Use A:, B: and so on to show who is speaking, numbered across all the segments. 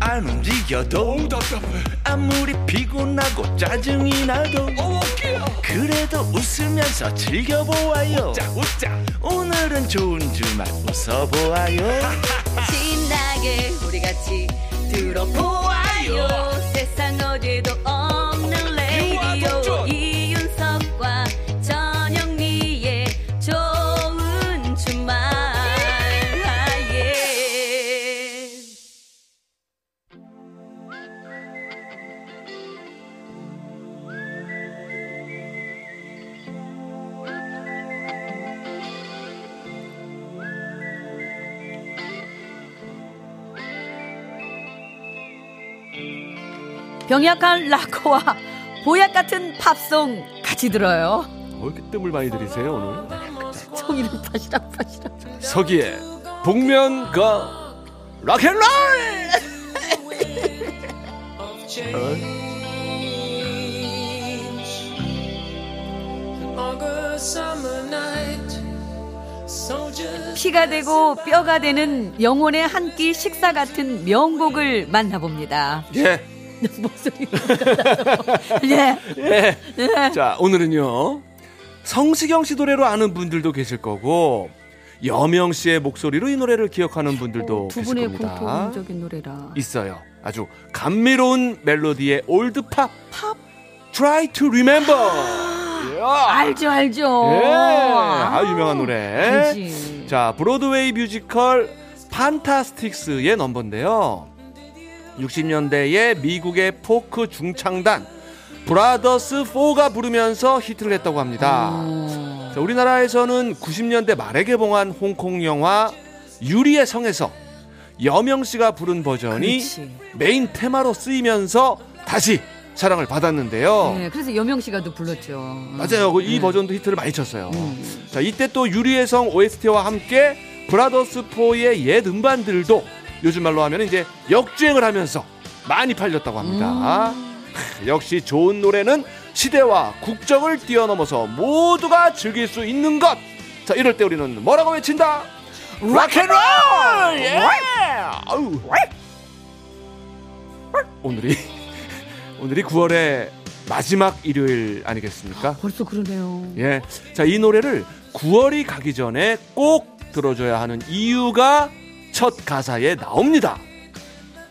A: 잘 움직여도
B: 어우 답답해
A: 아무리 피곤하고 짜증이 나도
B: 어우 어깨야
A: 그래도 웃으면서 즐겨보아요
B: 자 웃자
A: 오늘은 좋은 주말 웃어보아요
C: 신나게 우리 같이 들어보아요 세상 어디도 없는 레이디오
B: 동전.
C: 이윤석과 전영미의 좋은 주말 예.
D: 병약한 락커와 보약 같은 팝송 같이 들어요.
E: 뭐 이렇게 뜸을 많이 들이세요 오늘?
D: 송 이름 파시락 파시락.
E: 서기의 복면가 락앤롤
D: 피가 되고 뼈가 되는 영혼의 한 끼 식사 같은 명곡을 만나봅니다.
E: 예.
D: 목소리가 달라서. 예.
E: 예. 자 오늘은요 성시경 씨 노래로 아는 분들도 계실 거고 여명 씨의 목소리로 이 노래를 기억하는 분들도
D: 두
E: 계실
D: 분의
E: 겁니다.
D: 공통적인 노래라.
E: 있어요. 아주 감미로운 멜로디의 올드 팝. Try to remember. 예.
D: 알죠 알죠.
E: 예. 아 유명한 노래.
D: 알지.
E: 자, 브로드웨이 뮤지컬 판타스틱스의 넘버인데요. 60년대의 미국의 포크 중창단 브라더스 4가 부르면서 히트를 했다고 합니다.
D: 어.
E: 자, 우리나라에서는 90년대 말에 개봉한 홍콩 영화 유리의 성에서 여명 씨가 부른 버전이
D: 그렇지.
E: 메인 테마로 쓰이면서 다시 사랑을 받았는데요.
D: 네, 그래서 여명 씨가도 불렀죠.
E: 맞아요. 그이 버전도 히트를 많이 쳤어요. 자, 이때 또 유리의 성 OST와 함께 브라더스4의 옛 음반들도 요즘 말로 하면 이제 역주행을 하면서 많이 팔렸다고 합니다. 크, 역시 좋은 노래는 시대와 국적을 뛰어넘어서 모두가 즐길 수 있는 것. 자, 이럴 때 우리는 뭐라고 외친다? 락앤롤! 예! 아우. 오늘이 오늘이 9월의 마지막 일요일 아니겠습니까?
D: 벌써 그러네요.
E: 예. 자, 이 노래를 9월이 가기 전에 꼭 들어줘야 하는 이유가 첫 가사에 나옵니다.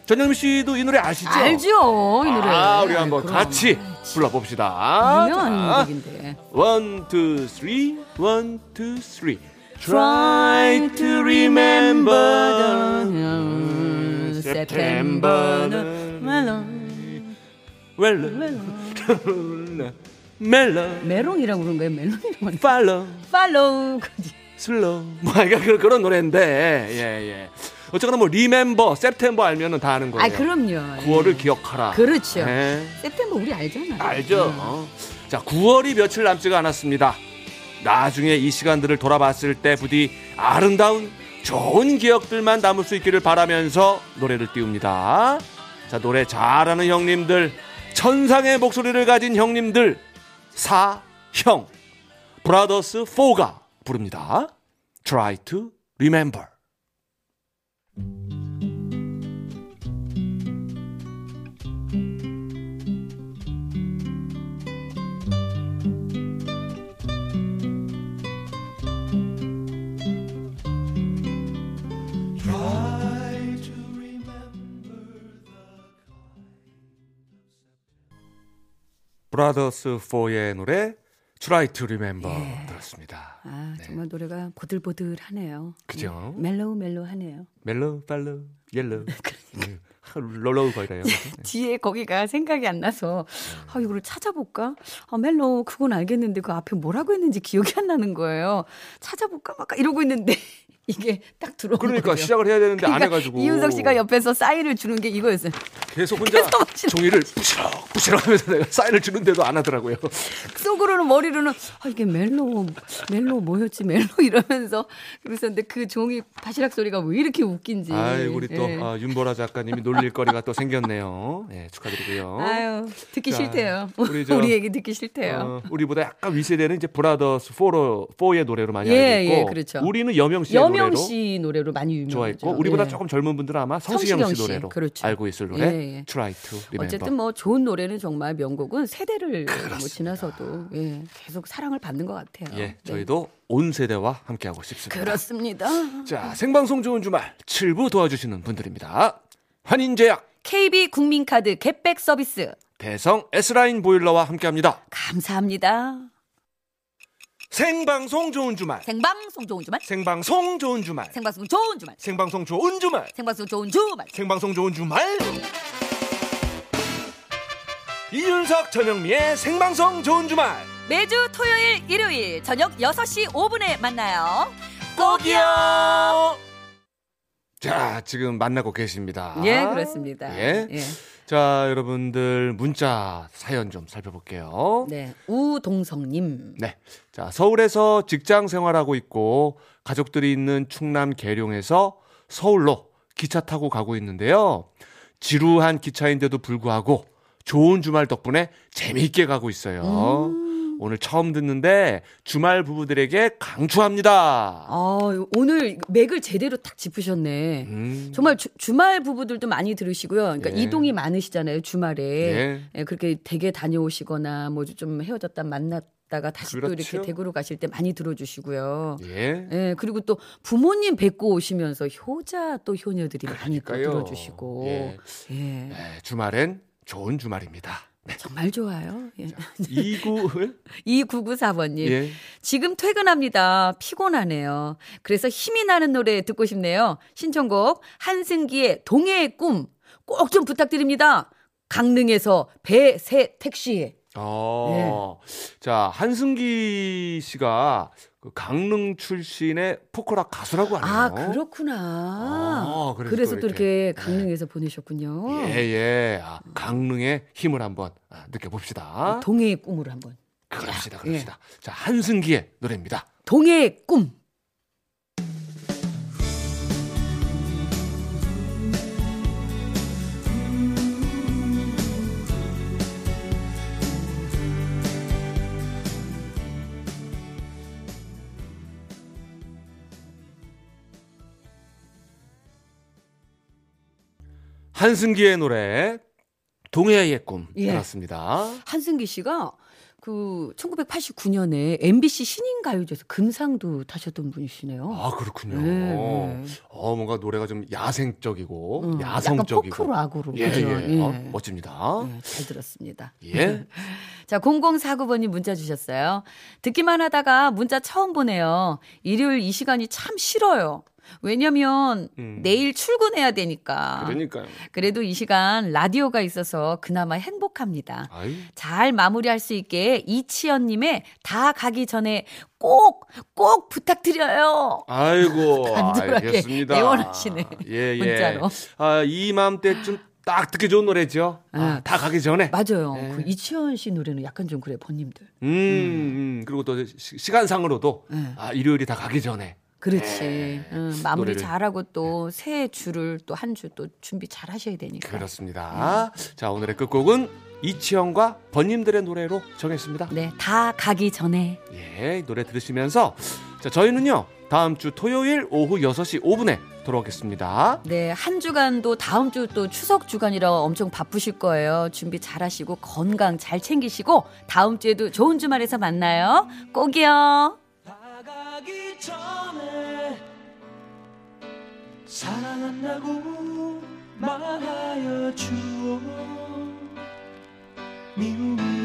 E: 전영미 씨도 이 노래 아시죠?
D: 알죠 이 노래. 네,
E: 아, 우리 한번
D: 그럼.
E: 같이 불러봅시다.
D: 유명한 곡인데.
E: One, two, three, one, two, three. Try to remember
D: the
E: September. well, mellow,
D: 메롱이라고 그런 거예요. 멜롱이라고 하는
E: follow.
D: 팔로우
E: 네. 슬로우. 뭐, 그러니까 그런, 그런 노래인데, 예, 예. 어쨌거나 뭐, 리멤버, 셉템버 알면은 다 아는 거예요.
D: 아 그럼요.
E: 9월을 기억하라.
D: 그렇죠.
E: 예.
D: 세템버 우리 알잖아요. 예.
E: 알죠? 어. 자, 9월이 며칠 남지가 않았습니다. 나중에 이 시간들을 돌아봤을 때 부디 아름다운 좋은 기억들만 남을 수 있기를 바라면서 노래를 띄웁니다. 자, 노래 잘하는 형님들, 천상의 목소리를 가진 형님들, 사형, 브라더스 4가 부릅니다. Try to remember. 브라더스 4의 노래 Try to remember 들었습니다.
D: 아 정말 노래가 보들보들하네요. 예.
E: 그죠?
D: 멜로우 멜로하네요.
E: 멜로우 팔로우 옐로우
D: 그러니까.
E: 예. 롤로우 거이래요.
D: 뒤에 거기가 생각이 안 나서
E: 네.
D: 아 이거를 찾아볼까? 아 멜로우 그건 알겠는데 그 앞에 뭐라고 했는지 기억이 안 나는 거예요. 찾아볼까 막 이러고 있는데 이게 딱 들어오는
E: 그러니까
D: 거죠.
E: 시작을 해야 되는데 안
D: 그러니까
E: 해가지고
D: 이윤석 씨가 옆에서 사인을 주는 게 이거였어요.
E: 계속 혼자
D: 계속 마시는
E: 종이를 부시럭 부시럭 하면서 내가 사인을 주는데도 안 하더라고요.
D: 속으로는 머리로는 아 이게 멜로 멜로 뭐였지 멜로 이러면서 그랬었는데 그 종이 바시락 소리가 왜 이렇게 웃긴지.
E: 아이 우리 또
D: 예.
E: 아, 윤보라 작가님이 놀릴 거리가 또 생겼네요. 예 축하드리고요.
D: 아유 듣기
E: 자,
D: 싫대요.
E: 우리
D: 우리,
E: 저-
D: 얘기 듣기 싫대요.
E: 어, 우리보다 약간 위세되는 이제 브라더스 4로, 4의 노래로 많이
D: 예,
E: 알고 있고
D: 예, 그렇죠.
E: 우리는 여명 씨의
D: 여명 서명
E: 노래로
D: 씨 노래로 많이 유명하죠.
E: 좋아했고 우리보다
D: 예.
E: 조금 젊은 분들은 아마 성시경 씨
D: 성시경 씨,
E: 노래로
D: 그렇죠.
E: 알고 있을 노래
D: 예, 예.
E: Try to Remember.
D: 어쨌든 뭐 좋은 노래는 정말 명곡은 세대를 뭐 지나서도 예, 계속 사랑을 받는 것 같아요.
E: 예,
D: 네. 그렇죠.
E: 저희도 온 세대와 함께하고 싶습니다.
D: 그렇습니다.
E: 자, 생방송 좋은 주말 7부 도와주시는 분들입니다. 환인제약,
D: KB 국민카드 겟백 서비스
E: 대성 S라인 보일러와 함께합니다.
D: 감사합니다.
E: 생방송 좋은 주말,
C: 생방송 좋은 주말
E: 생방송 좋은 주말,
C: 생방송 좋은 주말
E: 생방송 좋은 주말,
C: 생방송 좋은 주말
E: 생방송 좋은 주말. 이윤석 전영미의 생방송 좋은 주말.
C: 매주 토요일 일요일 저녁 6시 5분에 만나요
E: 꼭이요. 자, 지금 만나고 계십니다.
D: 예, 그렇습니다.
E: 아, 예. 자, 여러분들 문자 사연 좀 살펴볼게요.
D: 네, 우동성님.
E: 네. 자, 서울에서 직장 생활하고 있고 가족들이 있는 충남 계룡에서 서울로 기차 타고 가고 있는데요. 지루한 기차인데도 불구하고 좋은 주말 덕분에 재미있게 가고 있어요. 오늘 처음 듣는데 주말 부부들에게 강추합니다.
D: 아, 오늘 맥을 제대로 딱 짚으셨네.
E: 음.
D: 정말 주, 말 부부들도 많이 들으시고요. 그러니까
E: 예.
D: 이동이 많으시잖아요. 주말에
E: 예.
D: 예, 그렇게 댁에 다녀오시거나 뭐 좀 헤어졌다 만났다가 다시 또
E: 그렇죠.
D: 이렇게 댁으로 가실 때 많이 들어주시고요.
E: 예.
D: 예, 그리고 또 부모님 뵙고 오시면서 효자 또 효녀들이 많이 또
E: 그러니까요.
D: 들어주시고
E: 예.
D: 예.
E: 네, 주말엔 좋은 주말입니다.
D: 정말 좋아요. 예.
E: 이구
D: 2994번님.
E: 예.
D: 지금 퇴근합니다. 피곤하네요. 그래서 힘이 나는 노래 듣고 싶네요. 신청곡 한승기의 동해의 꿈. 꼭 좀 부탁드립니다. 강릉에서 배 새 택시.
E: 어.
D: 예.
E: 자, 한승기 씨가 그 강릉 출신의 포크락 가수라고 하네요.
D: 아, 그렇구나.
E: 아, 그래서
D: 그래서,
E: 또
D: 또 이렇게
E: 이렇게.
D: 강릉에서 보내셨군요.
E: 예, 예. 아, 강릉의 힘을 한번 아, 느껴봅시다.
D: 동해의 꿈으로 한번.
E: 그럽시다,
D: 예.
E: 그럽시다. 자, 한승기의 노래입니다.
D: 동해의 꿈.
E: 한승기의 노래, 동해의 꿈.
D: 예.
E: 들었습니다.
D: 한승기 씨가 그 1989년에 MBC 신인 가요제에서 금상도 타셨던 분이시네요.
E: 아, 그렇군요.
D: 예, 예.
E: 어, 뭔가 노래가 좀 야생적이고,
D: 음,
E: 야성적이고.
D: 약간 포크로 악으로.
E: 예,
D: 그죠?
E: 예.
D: 예.
E: 어, 멋집니다.
D: 네, 잘 들었습니다.
E: 예.
D: 자, 0049번님 문자 주셨어요. 듣기만 하다가 문자 처음 보내요. 일요일 이 시간이 참 싫어요. 왜냐면
E: 음.
D: 내일 출근해야 되니까.
E: 그러니까요.
D: 래도이 시간 라디오가 있어서 그나마 행복합니다.
E: 아이.
D: 잘 마무리할 수 있게 이치현님의 다 가기 전에 꼭, 꼭 부탁드려요.
E: 아이고
D: 간절하게
E: 알겠습니다.
D: 애원하시네,
E: 예, 예.
D: 문자로.
E: 아 이맘때쯤 딱 듣기 좋은 노래죠. 아,
D: 아.
E: 다 가기 전에.
D: 맞아요.
E: 네.
D: 그 이치현 씨 노래는 약간 좀 그래, 번님들.
E: 음, 음, 그리고 또 시, 간상으로도
D: 네.
E: 아 일요일이 다 가기 전에.
D: 그렇지. 응, 마무리
E: 네. 노래를. 네.
D: 잘하고 또 새 주를 또 한 주 또 준비 잘 하셔야 되니까.
E: 그렇습니다. 자 오늘의 끝곡은 이치영과 번님들의 노래로 정했습니다.
D: 네, 다 가기 전에
E: 예, 이 노래 들으시면서 자 저희는요 다음 주 토요일 오후 6시 5분에 돌아오겠습니다.
D: 네, 한 주간도 다음 주 또 추석 주간이라 엄청 바쁘실 거예요. 준비 잘 하시고 건강 잘 챙기시고 다음 주에도 좋은 주말에서 만나요. 꼭이요.
A: 나가기 전에 사랑한다고 말하여 주오 미움이